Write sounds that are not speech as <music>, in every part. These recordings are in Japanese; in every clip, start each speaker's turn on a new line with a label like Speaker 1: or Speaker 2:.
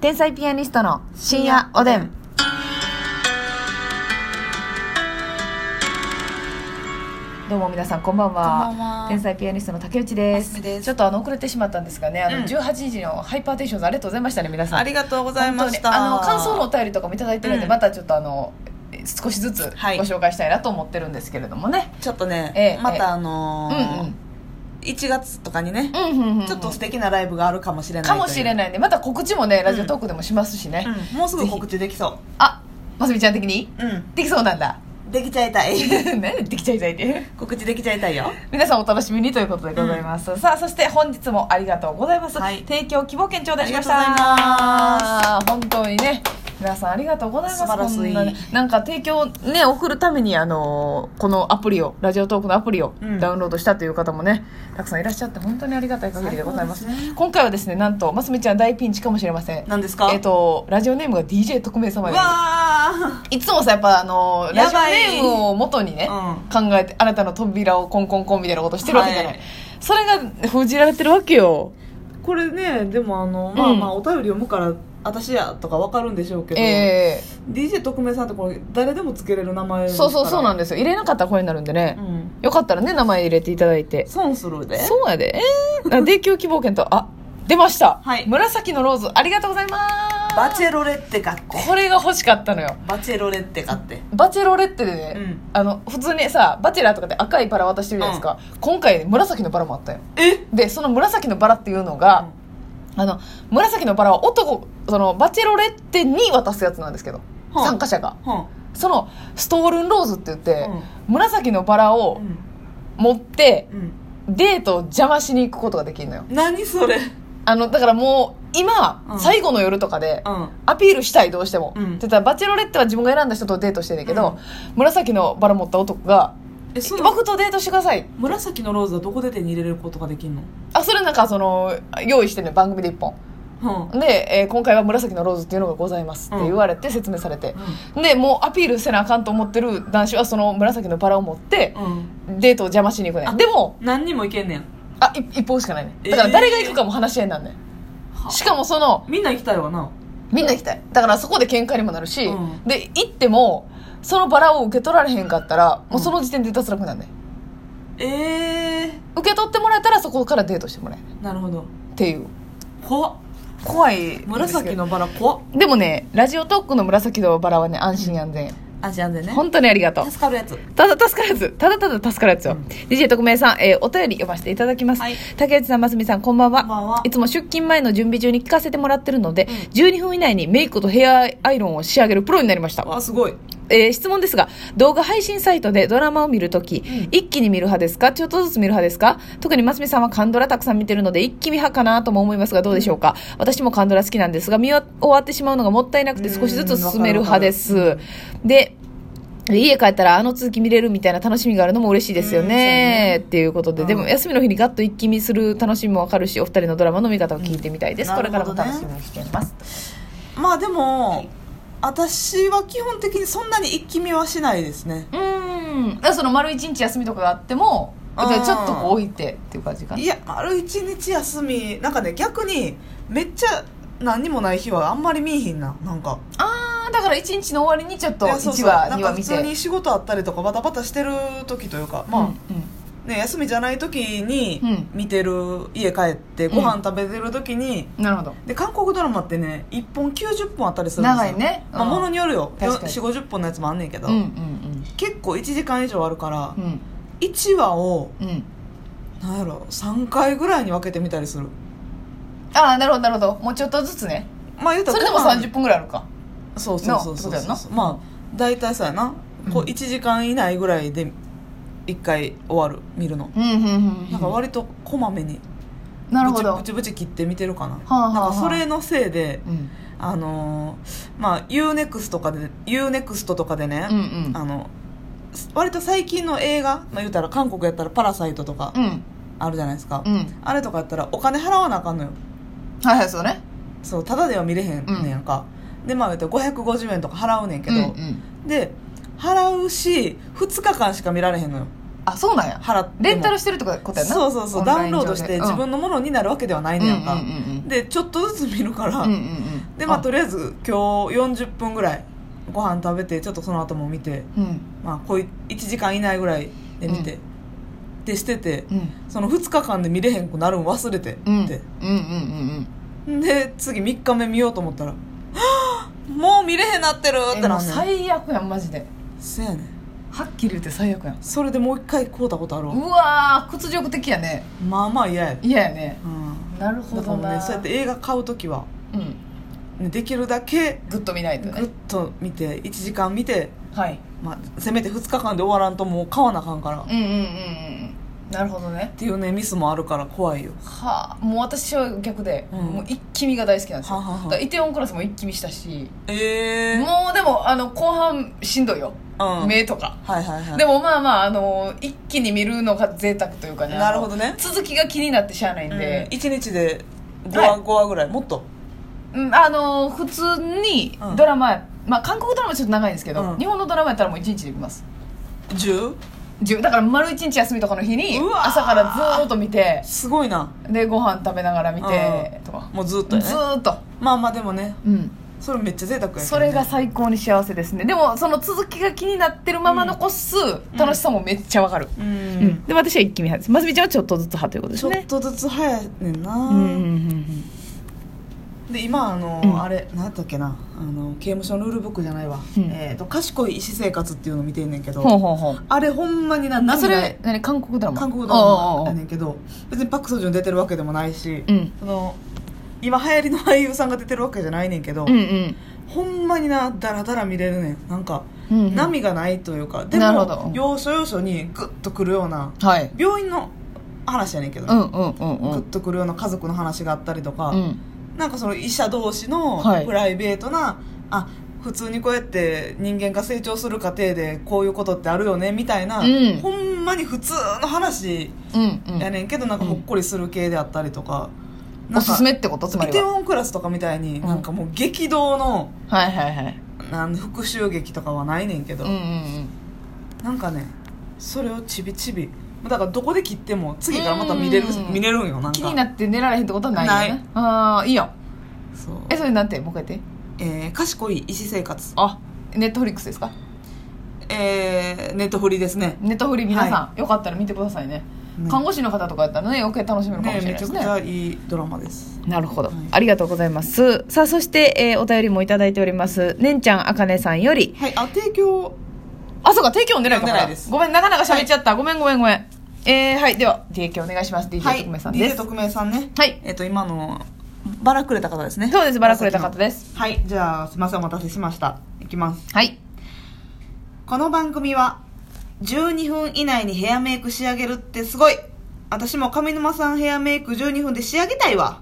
Speaker 1: 天才ピアニストの深夜おでん。どうも皆さんこんばんは。
Speaker 2: こんばんは
Speaker 1: 天才ピアニストの竹内で
Speaker 2: ます
Speaker 1: す。
Speaker 2: みです
Speaker 1: ちょっとあの遅れてしまったんですがね、あの
Speaker 2: うん
Speaker 1: 18時のハイパーテンションズありがとうございましたね皆さん。
Speaker 2: ありがとうございまし
Speaker 1: 本当
Speaker 2: た
Speaker 1: にあの感想のお便りとかもいただいてるんで、
Speaker 2: うん
Speaker 1: またちょっとあのえ少しずつご
Speaker 2: はい
Speaker 1: 紹介したいなと思ってるんですけれどもね。
Speaker 2: ちょっとね、
Speaker 1: ええ
Speaker 2: ま
Speaker 1: ええ
Speaker 2: たあのー1月とかにね、
Speaker 1: うんうんうんうん。
Speaker 2: ちょっと素敵なライブがあるかもしれない
Speaker 1: かもしれ
Speaker 2: い
Speaker 1: ないんで、また告知もねラジオトークでもしますしね。
Speaker 2: うんもうすぐ告知できそ
Speaker 1: あ、ますみちゃん的に
Speaker 2: ううん
Speaker 1: できそうなんだ。 <laughs>
Speaker 2: できちゃいた <laughs> い
Speaker 1: 何でできちゃいたいって。
Speaker 2: 告知できちゃいたいよ
Speaker 1: 皆さんお楽しみにということでございます、さあそして本日もありがとうございます、
Speaker 2: はい
Speaker 1: 提供希望券頂戴しまし
Speaker 2: ありがと
Speaker 1: た本当にね皆さんありがとうございます
Speaker 2: 素晴らしい
Speaker 1: こんなねなんか提供ね送るためにあのこのアプリをラジオトークのアプリを
Speaker 2: うん
Speaker 1: ダウンロードしたという方もね、たくさんいらっしゃって本当にありがたい限りでございます
Speaker 2: 最高ですね
Speaker 1: 今回はですねなんとますみちゃん大ピンチかもしれません
Speaker 2: 何ですか
Speaker 1: えっ、とラジオネームが DJ 特命
Speaker 2: う
Speaker 1: 様より
Speaker 2: わ
Speaker 1: いつもさやっぱあのラ
Speaker 2: や
Speaker 1: ジオ
Speaker 2: ばい
Speaker 1: ネームを元にね、考えてあなたの扉をコンコンコンみたいなことしてるわけじゃない、
Speaker 2: はい
Speaker 1: それが封じられてるわけよ
Speaker 2: ーこれねでもあの
Speaker 1: まあまあ
Speaker 2: お便り読むから私やとかわかるんでしょうけ
Speaker 1: ええ
Speaker 2: DJ 特命さんってこれ誰でもつけれる名前
Speaker 1: そうそうそうなん
Speaker 2: ん
Speaker 1: ですよ入れなかったらこれになるんでね、よかったらね名前入れていただいて
Speaker 2: 損するで
Speaker 1: そうやでえー、あ提供希望券とあ出ました、
Speaker 2: はい
Speaker 1: 紫のローズありがとうございます
Speaker 2: バチェロレッテ買って
Speaker 1: これが欲しかったのよ
Speaker 2: バチェロレッテ買って
Speaker 1: バチェロレッテでね、
Speaker 2: うん
Speaker 1: あの普通にさバチェラーとかで赤いバラ渡してるじゃないですか、今回、ね、紫のバラもあったよ
Speaker 2: え
Speaker 1: でその紫のバラっていうのが、あの紫のバラは男そのバチェロレッテに渡すやつなんですけど、
Speaker 2: はあ
Speaker 1: 参加者が
Speaker 2: は
Speaker 1: そのストールンローズって言って、
Speaker 2: う
Speaker 1: 紫のバラ
Speaker 2: う
Speaker 1: を
Speaker 2: ん
Speaker 1: 持って
Speaker 2: うん
Speaker 1: デートを邪魔しに行くことができるのよ
Speaker 2: 何それ
Speaker 1: あのだからもう今、
Speaker 2: うん
Speaker 1: 最後の夜とかで、
Speaker 2: うん
Speaker 1: アピールしたいどうしても、
Speaker 2: うん
Speaker 1: って言ったらバチェロレッテは自分が選んだ人とデートしてんだけど、紫のバラ持った男が「
Speaker 2: えその
Speaker 1: 僕とデートしてください
Speaker 2: 紫のローズはどこで手に入れれることができんの」
Speaker 1: あそれなんかその用意してんのよ番組で一本
Speaker 2: うん
Speaker 1: で、えー今回は紫のローズっていうのがございますって言われて説明されて、でもうアピールせなあかんと思ってる男子はその紫のバラを持って
Speaker 2: うん
Speaker 1: デートを邪魔しに行くね
Speaker 2: あ
Speaker 1: んでも
Speaker 2: 何にもいけんねん
Speaker 1: あい一本しかないねんだから誰が行くかも話し合いになんねん、
Speaker 2: は
Speaker 1: しかもその
Speaker 2: みんな行きたいわな
Speaker 1: みんな行きたいだからそこで喧嘩にもなるし、
Speaker 2: うん
Speaker 1: で行ってもそのバラを受け取られへんかったらもうその時点で脱落なんねん
Speaker 2: ええ
Speaker 1: 受け取ってもらえたらそこからデートしてもらえる
Speaker 2: ー、なるほど
Speaker 1: っていう
Speaker 2: 怖っ
Speaker 1: 怖い
Speaker 2: 紫のバラ怖っ
Speaker 1: でもねラジオトークの紫のバラはね安心安全よ
Speaker 2: あじゃあでね
Speaker 1: 本当にありがとう
Speaker 2: 助かるやつ
Speaker 1: ただ助かるやつただただ助かるやつよ、
Speaker 2: うん
Speaker 1: DJ 特命さん、えーお便り読ませていただきます、
Speaker 2: はい
Speaker 1: 竹内さんますみさんこんばんは
Speaker 2: こんばんはい
Speaker 1: つも出勤前の準備中に聞かせてもらってるので、
Speaker 2: うん
Speaker 1: 12分以内にメイクとヘアアイロンを仕上げるプロになりました
Speaker 2: わすごい
Speaker 1: えー質問ですが動画配信サイトでドラマを見るとき、
Speaker 2: ん
Speaker 1: 一気に見る派ですかちょっとずつ見る派ですか特にますみさんはカンドラたくさん見てるので一気見派かなとも思いますがどうでしょうか、私もカンドラ好きなんですが見終わってしまうのがもったいなくて少しずつ進める派ですで家帰ったらあの続き見れるみたいな楽しみがあるのも嬉しいですよ
Speaker 2: うんそう
Speaker 1: ね
Speaker 2: ね
Speaker 1: っていうことで、
Speaker 2: うん
Speaker 1: でも休みの日にガッと一気見する楽しみもわかるしお二人のドラマの見方を聞いてみたいです、
Speaker 2: うん
Speaker 1: これからも
Speaker 2: なる
Speaker 1: 楽
Speaker 2: ほどね
Speaker 1: しみにしています、
Speaker 2: まあでも、私は基本的にそんなに一気見はしないですね
Speaker 1: うーんだからその丸一日休みとかがあっても
Speaker 2: うん
Speaker 1: じゃあちょっとこう置いてっていう感じかない
Speaker 2: や丸一日休みなんかね逆にめっちゃ何にもない日はあんまり見えひんななんか
Speaker 1: あーだから一日の終わりにちょっと
Speaker 2: いやそう
Speaker 1: 1
Speaker 2: そう
Speaker 1: 話
Speaker 2: なん
Speaker 1: 2
Speaker 2: か
Speaker 1: 話
Speaker 2: 普
Speaker 1: 見
Speaker 2: 通
Speaker 1: て
Speaker 2: に仕事あったりとかバタバタしてる時というか、ま
Speaker 1: うん
Speaker 2: あね、休みじゃない時に
Speaker 1: うん
Speaker 2: 見てる家帰って
Speaker 1: うん
Speaker 2: ご飯食べてる時に、
Speaker 1: うんなるほど
Speaker 2: で韓国ドラマってね1本90分あったりするんですよ
Speaker 1: 長いね
Speaker 2: まあ、
Speaker 1: うん
Speaker 2: ものによるよ
Speaker 1: 確かに
Speaker 2: 4 5 0本のやつもあんねんけど、
Speaker 1: うんうん
Speaker 2: 結構1時間以上あるから
Speaker 1: うん
Speaker 2: 1話を
Speaker 1: うんうん
Speaker 2: なんやろ3回ぐらいに分けて見たりする
Speaker 1: ああなるほどなるほどもうちょっとずつね
Speaker 2: まあ言うた
Speaker 1: そ
Speaker 2: ら
Speaker 1: れでも
Speaker 2: ご飯
Speaker 1: 30分ぐらいあるか
Speaker 2: そうそうそうそう
Speaker 1: なってことやんな
Speaker 2: そうまあ大体さやなこう
Speaker 1: うん
Speaker 2: 1時間以内ぐらいで1回終わる見るの、
Speaker 1: うんうんうん
Speaker 2: なんか割とこまめに
Speaker 1: なるほど
Speaker 2: ブチブチブチ切って見てるかな,、
Speaker 1: あはあ
Speaker 2: なんかそれのせいで
Speaker 1: うん
Speaker 2: あのーまあ UNEXT とかで UNEXT とかでね
Speaker 1: う、ん
Speaker 2: あの割と最近の映画、まあ、言うたら韓国やったら「パラサイト」とか
Speaker 1: うんうん
Speaker 2: あるじゃないですか、
Speaker 1: うん
Speaker 2: あれとかやったらお金払わなあかんのよ
Speaker 1: はいはいそうね
Speaker 2: そうただでは見れへんねんやんか、でまあ言うたら550円とか払うねんけど、
Speaker 1: うんうん
Speaker 2: で払うし2日間しか見られへんのよ
Speaker 1: あそうなんや
Speaker 2: 払っても
Speaker 1: レンタルしてるってことやな
Speaker 2: そうそうそう
Speaker 1: オンラ
Speaker 2: ダ
Speaker 1: イ
Speaker 2: ウン
Speaker 1: ン上
Speaker 2: ロ
Speaker 1: で
Speaker 2: ードして自分のものになるわけではないねやんか、
Speaker 1: うんうんうんうん
Speaker 2: でちょっとずつ見るから、
Speaker 1: うんうんうん
Speaker 2: でまあとりあえず今日40分ぐらいご飯食べてちょっとその後も見て
Speaker 1: うん
Speaker 2: まあこうい1時間以内ぐらいで見て、
Speaker 1: う
Speaker 2: でしてて、
Speaker 1: うん
Speaker 2: その2日間で見れへんくなるん忘れて、
Speaker 1: うんうん
Speaker 2: で
Speaker 1: うんうん
Speaker 2: で次3日目見ようと思ったら
Speaker 1: <gasps>
Speaker 2: はぁもう見れへんなってる
Speaker 1: うん
Speaker 2: っ
Speaker 1: え
Speaker 2: て
Speaker 1: も
Speaker 2: な
Speaker 1: うん
Speaker 2: ねん
Speaker 1: 最悪やんマジで
Speaker 2: せやねん
Speaker 1: はっきり言って最悪やん
Speaker 2: それでもう一回買うたことあるわ
Speaker 1: うわー屈辱的やね
Speaker 2: まあまあ嫌やで
Speaker 1: 嫌やね
Speaker 2: うん
Speaker 1: なるほ
Speaker 2: だか
Speaker 1: ど
Speaker 2: らもう
Speaker 1: な
Speaker 2: ねそうやって映画買う時は、
Speaker 1: うん
Speaker 2: ね、できるだけ
Speaker 1: グッと見ないと
Speaker 2: ぐ
Speaker 1: ね
Speaker 2: っと見て1時間見て、
Speaker 1: はい
Speaker 2: まあ、せめて2日間で終わらんともう買わなあかんから、っ
Speaker 1: うんうんうんうんなるほどね
Speaker 2: ていうねミスもあるから怖いよ
Speaker 1: はあもう私は逆で、
Speaker 2: うん
Speaker 1: もう一気見が大好きなんですよ
Speaker 2: はあはあはあ
Speaker 1: だからイテウォンクラスも一気見したし
Speaker 2: ええー、
Speaker 1: もうでもあの後半しんどいよ、
Speaker 2: うん
Speaker 1: 目とか
Speaker 2: はいはいはい
Speaker 1: でもまあまあ、あの一気に見るのが贅沢というかね
Speaker 2: なるほどね
Speaker 1: あの続きが気になってしゃあないん
Speaker 2: で
Speaker 1: で、
Speaker 2: 1日で5
Speaker 1: は
Speaker 2: 話
Speaker 1: い
Speaker 2: 5話ぐらいもっと
Speaker 1: うんあの普通に
Speaker 2: うん
Speaker 1: ドラマ、まあ、韓国ドラマちょっと長いんですけど、
Speaker 2: うん
Speaker 1: 日本のドラマやったらもう1日で見ます
Speaker 2: 10?
Speaker 1: 10だから丸1日休みとかの日に
Speaker 2: うわー
Speaker 1: 朝からずーっと見て
Speaker 2: すごいな
Speaker 1: でご飯食べながら見てとか、
Speaker 2: もうずっとやね
Speaker 1: ずーっと、
Speaker 2: まあまあでもね
Speaker 1: うん、
Speaker 2: それめっちゃ贅沢やけどね
Speaker 1: それが最高に幸せですねでもその続きが気になってるまま残す楽しさもめっちゃわかる、
Speaker 2: う
Speaker 3: うんん、で私は一気見派ですますみちゃんはちょっとずつ派ということで
Speaker 2: ち
Speaker 3: す
Speaker 2: ょ
Speaker 3: ね
Speaker 2: っとずつ早いねんな、
Speaker 3: うんうんうん
Speaker 2: で今あの、
Speaker 3: うん
Speaker 2: あれ何やったっけなあの刑務所のルールブックじゃないわ、
Speaker 3: うん
Speaker 2: えー、と賢い医師生活っていうの見てんねんけ
Speaker 3: うんほう
Speaker 2: ど
Speaker 3: ほうほう
Speaker 2: あれほんまにな
Speaker 1: あそ
Speaker 2: 涙
Speaker 1: れ何韓国ドラマ
Speaker 2: 韓国ド
Speaker 1: お
Speaker 2: ラ
Speaker 1: うおう
Speaker 2: マ
Speaker 1: お
Speaker 2: や
Speaker 1: う
Speaker 2: ねんけど別にパク・ソジュン出てるわけでもないし、
Speaker 3: うん
Speaker 2: その今流行りの俳優さんが出てるわけじゃないねんけど、
Speaker 3: うんうん
Speaker 2: ほんまになだらだら見れるねんなんか、
Speaker 3: うんうん
Speaker 2: 波がないというかで
Speaker 1: なるほど
Speaker 2: も要所要所にグッとくるような
Speaker 3: はい
Speaker 2: 病院の話やねんけど、
Speaker 3: うんうんうんう
Speaker 2: グッ
Speaker 3: ん
Speaker 2: とくるような家族の話があったりとか、
Speaker 3: うん
Speaker 2: なんかその医者同士の
Speaker 3: はい
Speaker 2: プライベートな、あ普通にこうやって人間が成長する過程でこういうことってあるよねみたいな、
Speaker 3: うん
Speaker 2: ほんまに普通の話
Speaker 3: うんう
Speaker 2: や
Speaker 3: ん
Speaker 2: ねんけど、なんかほっこりする系であったりとか、
Speaker 3: お
Speaker 2: なんか
Speaker 3: すすめってことつま
Speaker 2: イ
Speaker 3: り
Speaker 2: テウ
Speaker 3: は
Speaker 2: ォンクラスとかみたいに、
Speaker 3: ん
Speaker 2: なんかもう激動の
Speaker 3: はいはいはい
Speaker 2: なん復讐劇とかはないねんけど、
Speaker 3: うんうん
Speaker 2: なんかねそれをちびちびだからどこで切っても次からまた見れる
Speaker 3: うん
Speaker 2: 見れるんよなんか
Speaker 1: 気になって寝られへんってことはないよ
Speaker 2: ない
Speaker 1: ねああいいやん
Speaker 2: そう
Speaker 1: えそれなんてもう一回言って
Speaker 2: えー賢い医師生活
Speaker 1: あネットフリックスですか
Speaker 2: えー、ネットフリですね
Speaker 1: ネットフリ皆さん、よかったら見てくださいね
Speaker 2: ね
Speaker 1: 看護師の方とかやったらね余計楽しめるかも
Speaker 2: ね
Speaker 1: しれないで
Speaker 2: めちゃ
Speaker 1: す
Speaker 2: く
Speaker 1: ね
Speaker 2: ちゃいいドラマです
Speaker 3: なるほど、
Speaker 2: はい
Speaker 3: ありがとうございますさあそして、えーお便りもいただいておりますねんちゃんあかねさんより
Speaker 2: はいあ提供
Speaker 1: あそうか提供読んでないか
Speaker 2: 読んでない
Speaker 1: ら
Speaker 2: です
Speaker 1: ごめんなかなか喋っちゃった、ごめんごめんごめんえー、はいでは提供お願いします DJ 特命さんで
Speaker 2: DJ
Speaker 1: す、
Speaker 2: 特命さんね
Speaker 1: はい
Speaker 2: えっ、と今のバラくれた方ですね
Speaker 1: そうですバラくれた方です
Speaker 2: はいじゃあすいませんお待たせしましたいきます
Speaker 1: はい
Speaker 2: この番組は12分以内にヘアメイク仕上げるってすごい私も上沼さんヘアメイク12分で仕上げたいわ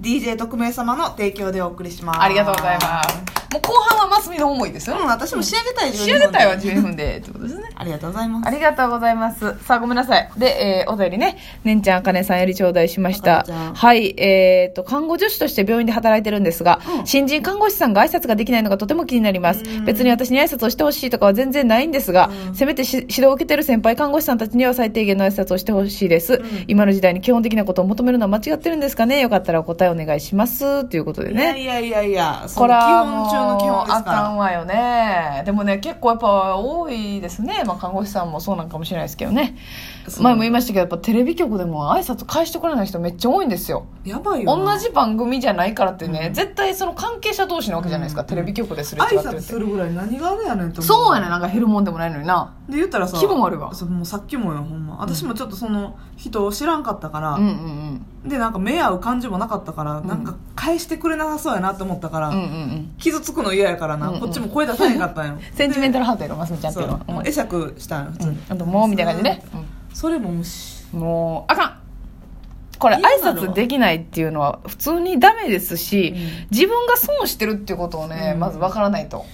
Speaker 2: DJ 特命様の提供でお送りします
Speaker 1: ありがとうございますもう後半はマスミの思いですよ、
Speaker 2: うん私も仕上げたい12分
Speaker 1: 仕上げたいは12分でってことですね
Speaker 2: ありがとうございます
Speaker 1: ありがとうございます。さあ、ごめんなさい。で、えーお便りね、
Speaker 3: ねんちゃんあかねさんより頂戴しまし
Speaker 2: あ
Speaker 3: た
Speaker 2: かねちゃん
Speaker 3: はいえー、と看護助手として病院で働いてるんですが、
Speaker 2: うん
Speaker 3: 新人看護師さんが挨拶ができないのがとても気になります別に私に挨拶をしてほしいとかは全然ないんですが、せめてし指導を受けてる先輩看護師さんたちには最低限の挨拶をしてほしいです、今の時代に基本的なことを求めるのは間違ってるんですかねよかったらお答えお願いしますということで
Speaker 2: いや
Speaker 3: ね
Speaker 2: いやいやいやそ
Speaker 1: こ
Speaker 2: の
Speaker 1: れ
Speaker 2: 基
Speaker 1: は
Speaker 2: 本中
Speaker 1: も
Speaker 2: の
Speaker 1: う
Speaker 2: 基本です
Speaker 1: あかん
Speaker 2: か
Speaker 1: わよね。でもね、結構やっぱ多いですね。まあ、看護師さんもそうなんかもしれないですけどね。
Speaker 2: そう
Speaker 1: 前も言いましたけど、やっぱテレビ局でも挨拶返してくれない人めっちゃ多いんですよ。
Speaker 2: らやばいよ
Speaker 1: 同
Speaker 2: な
Speaker 1: じ番組じゃないからってね、
Speaker 2: うん
Speaker 1: 絶対その関係者同士なわけじゃないですか。
Speaker 2: うん
Speaker 1: テレビ局ですれ違
Speaker 2: 挨
Speaker 1: ってる
Speaker 2: 拶
Speaker 1: って
Speaker 2: す。るぐらい何があるやねんと思
Speaker 1: そうやね、なんか減るもんでもないのにな。
Speaker 2: で言ったらさ
Speaker 1: 気分悪いわ
Speaker 2: そうもうさっきもよほんま私もちょっとその人を知らんかったから、
Speaker 1: うんうんうん。
Speaker 2: でなんか目合う感じもなかったから、
Speaker 1: ん
Speaker 2: なんか返してくれなさそうやなと思ったから、
Speaker 1: うんうんうん。
Speaker 2: 傷つくの嫌やからな、
Speaker 1: うんうん
Speaker 2: こっちも声出さへんか
Speaker 1: <laughs>
Speaker 2: ったんよ
Speaker 1: センチメン
Speaker 2: タ
Speaker 1: タルハートやろ、ますみちゃんって
Speaker 2: そ
Speaker 1: いうの
Speaker 2: う
Speaker 1: は。うん
Speaker 2: 会釈したんよ普通
Speaker 1: う
Speaker 2: に、
Speaker 1: んあと、もうみたいな感じね。うん
Speaker 2: それも無視
Speaker 1: もうあかんこれ挨
Speaker 2: 嫌なの
Speaker 1: 拶できないっていうのは普通にダメですし、
Speaker 2: うん
Speaker 1: 自分が損してるっていうことをね、
Speaker 2: うん
Speaker 1: まずわからないと、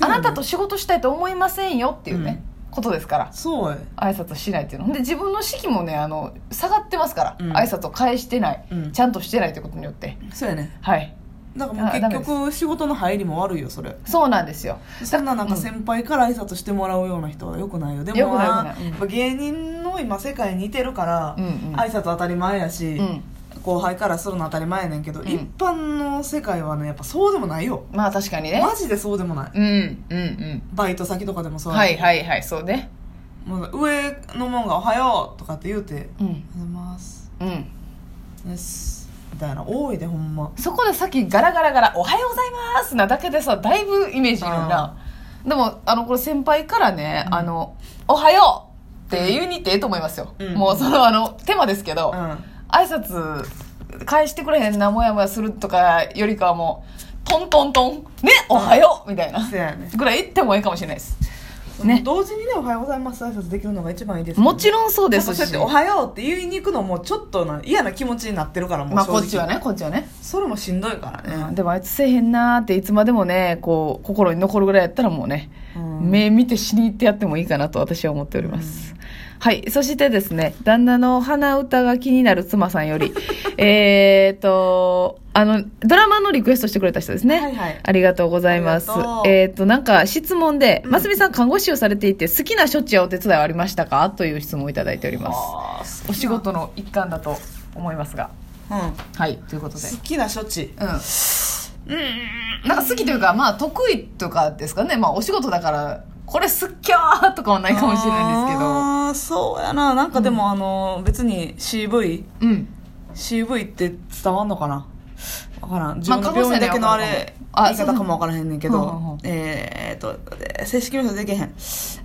Speaker 1: あなたと仕事したいと思いませんよっていうね、ことですから
Speaker 2: そうや
Speaker 1: 挨拶しないっていうので自分の士気もねあの下がってますから、
Speaker 2: うん
Speaker 1: 挨拶を返してない、
Speaker 2: うん
Speaker 1: ちゃんとしてないということによって
Speaker 2: そうやね
Speaker 1: はい
Speaker 2: だからもう
Speaker 1: あダメ
Speaker 2: 結
Speaker 1: です
Speaker 2: 局仕事の入りも悪いよそれ
Speaker 1: そうなんですよ
Speaker 2: そんななんか先輩から挨拶してもらうような人はよくないよで
Speaker 1: 良く
Speaker 2: も
Speaker 1: ない
Speaker 2: な
Speaker 1: 良くないうん
Speaker 2: やっぱ芸人の今世界に似てるから、
Speaker 1: うんうん
Speaker 2: 挨拶当たり前やし、
Speaker 1: うん
Speaker 2: 後輩からするの当たり前やねんけど、
Speaker 1: ん
Speaker 2: 一般の世界はねやっぱそうでもないよ
Speaker 1: まあ確かにね
Speaker 2: マジでそうでもない
Speaker 1: うんうんうん
Speaker 2: バイト先とかでもそうや
Speaker 1: はいはいはいそうね
Speaker 2: もう上のもんが「おはよう」とかって言うて「おは
Speaker 1: うん
Speaker 2: ようございます
Speaker 1: うん」
Speaker 2: ですみたいな多いでほんま
Speaker 1: そこでさっきガラガラガラ「おはようございます」なだけでさだいぶイメージいるなでもあのこれ先輩からね「あのおはよう」って言うにってええと思いますよ、
Speaker 2: うん
Speaker 1: もうそのあの手間ですけど、
Speaker 2: うん
Speaker 1: 挨拶返してくれへんなもやもやするとかよりかはもうトントントン「ねおはよう」みたいな
Speaker 2: せやね
Speaker 1: ぐらい言ってもいいかもしれないですね
Speaker 2: 同時にね「おはようございます」挨拶できるのが一番いいです
Speaker 1: もちろんそう
Speaker 2: ろ
Speaker 1: で
Speaker 2: そ
Speaker 1: す
Speaker 2: うやっ
Speaker 1: して
Speaker 2: 「おはよう」って言いに行くのもちょっとな嫌な気持ちになってるからもう
Speaker 1: まあ
Speaker 2: 正
Speaker 1: こ
Speaker 2: 直
Speaker 1: っちはねこっちはね、
Speaker 2: それもしんどいから
Speaker 1: う
Speaker 2: ね
Speaker 1: んでもあいつせえへんなーっていつまでもねこう心に残るぐらいやったらもうね
Speaker 2: うん
Speaker 1: 目見て死に行ってやってもいいかなと私は思っております。はい。そしてですね、旦那の鼻歌が気になる妻さんより、 <laughs> えーっと、あの、ドラマのリクエストしてくれた人ですね。
Speaker 2: はいはい
Speaker 1: ありがとうございます
Speaker 2: ありがと。う
Speaker 1: えーっと、なんか質問で、
Speaker 2: うん
Speaker 1: ますみさん看護師をされていて、好きな処置やお手伝いはありましたかという質問をいただいております。
Speaker 2: あー
Speaker 1: お仕事の一環だと思いますが。
Speaker 2: うん
Speaker 1: はい。ということで。
Speaker 2: 好きな処置
Speaker 1: うん。なんか好きというか、まあ得意とかですかね。まあお仕事だから、これ好きゃーとかはないかもしれないんですけど。
Speaker 2: あーそうやななんかでも、あの別に CV
Speaker 1: うん。
Speaker 2: CV って伝わんのかな分からん自
Speaker 1: まあ
Speaker 2: 分の病院だけのあ
Speaker 1: 可能性には
Speaker 2: れ
Speaker 1: あ
Speaker 2: 言
Speaker 1: る
Speaker 2: い
Speaker 1: かも
Speaker 2: 方かも分からへんねんけ
Speaker 1: そうほうほ
Speaker 2: ど
Speaker 1: う
Speaker 2: えーっとえー正式名称できへん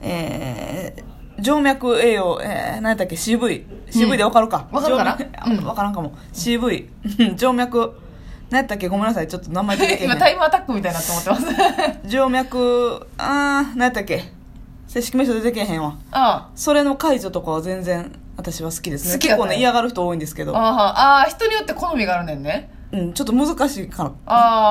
Speaker 2: えー静脈栄養、えー、何やったっけ CV CV で分かるか、
Speaker 1: 分かるかな
Speaker 2: 静脈
Speaker 1: うん
Speaker 2: あ分からんかも CV うん <laughs> 静脈何やったっけごめんなさいちょっと名前出てけへん
Speaker 1: <laughs> <laughs> 今タイムアタックみたいになと思ってます
Speaker 2: 静脈あー何やったっけ正式名称出てけへんわ
Speaker 1: <laughs> あ
Speaker 2: それの解除とかは全然私は好きですね
Speaker 1: 好きだ
Speaker 2: 結
Speaker 1: ね
Speaker 2: 構ね嫌がる人多いんですけ
Speaker 1: あ
Speaker 2: ど、
Speaker 1: ああ人によって好みがあるねんね
Speaker 2: うん、ちょっと難しいから
Speaker 1: ああ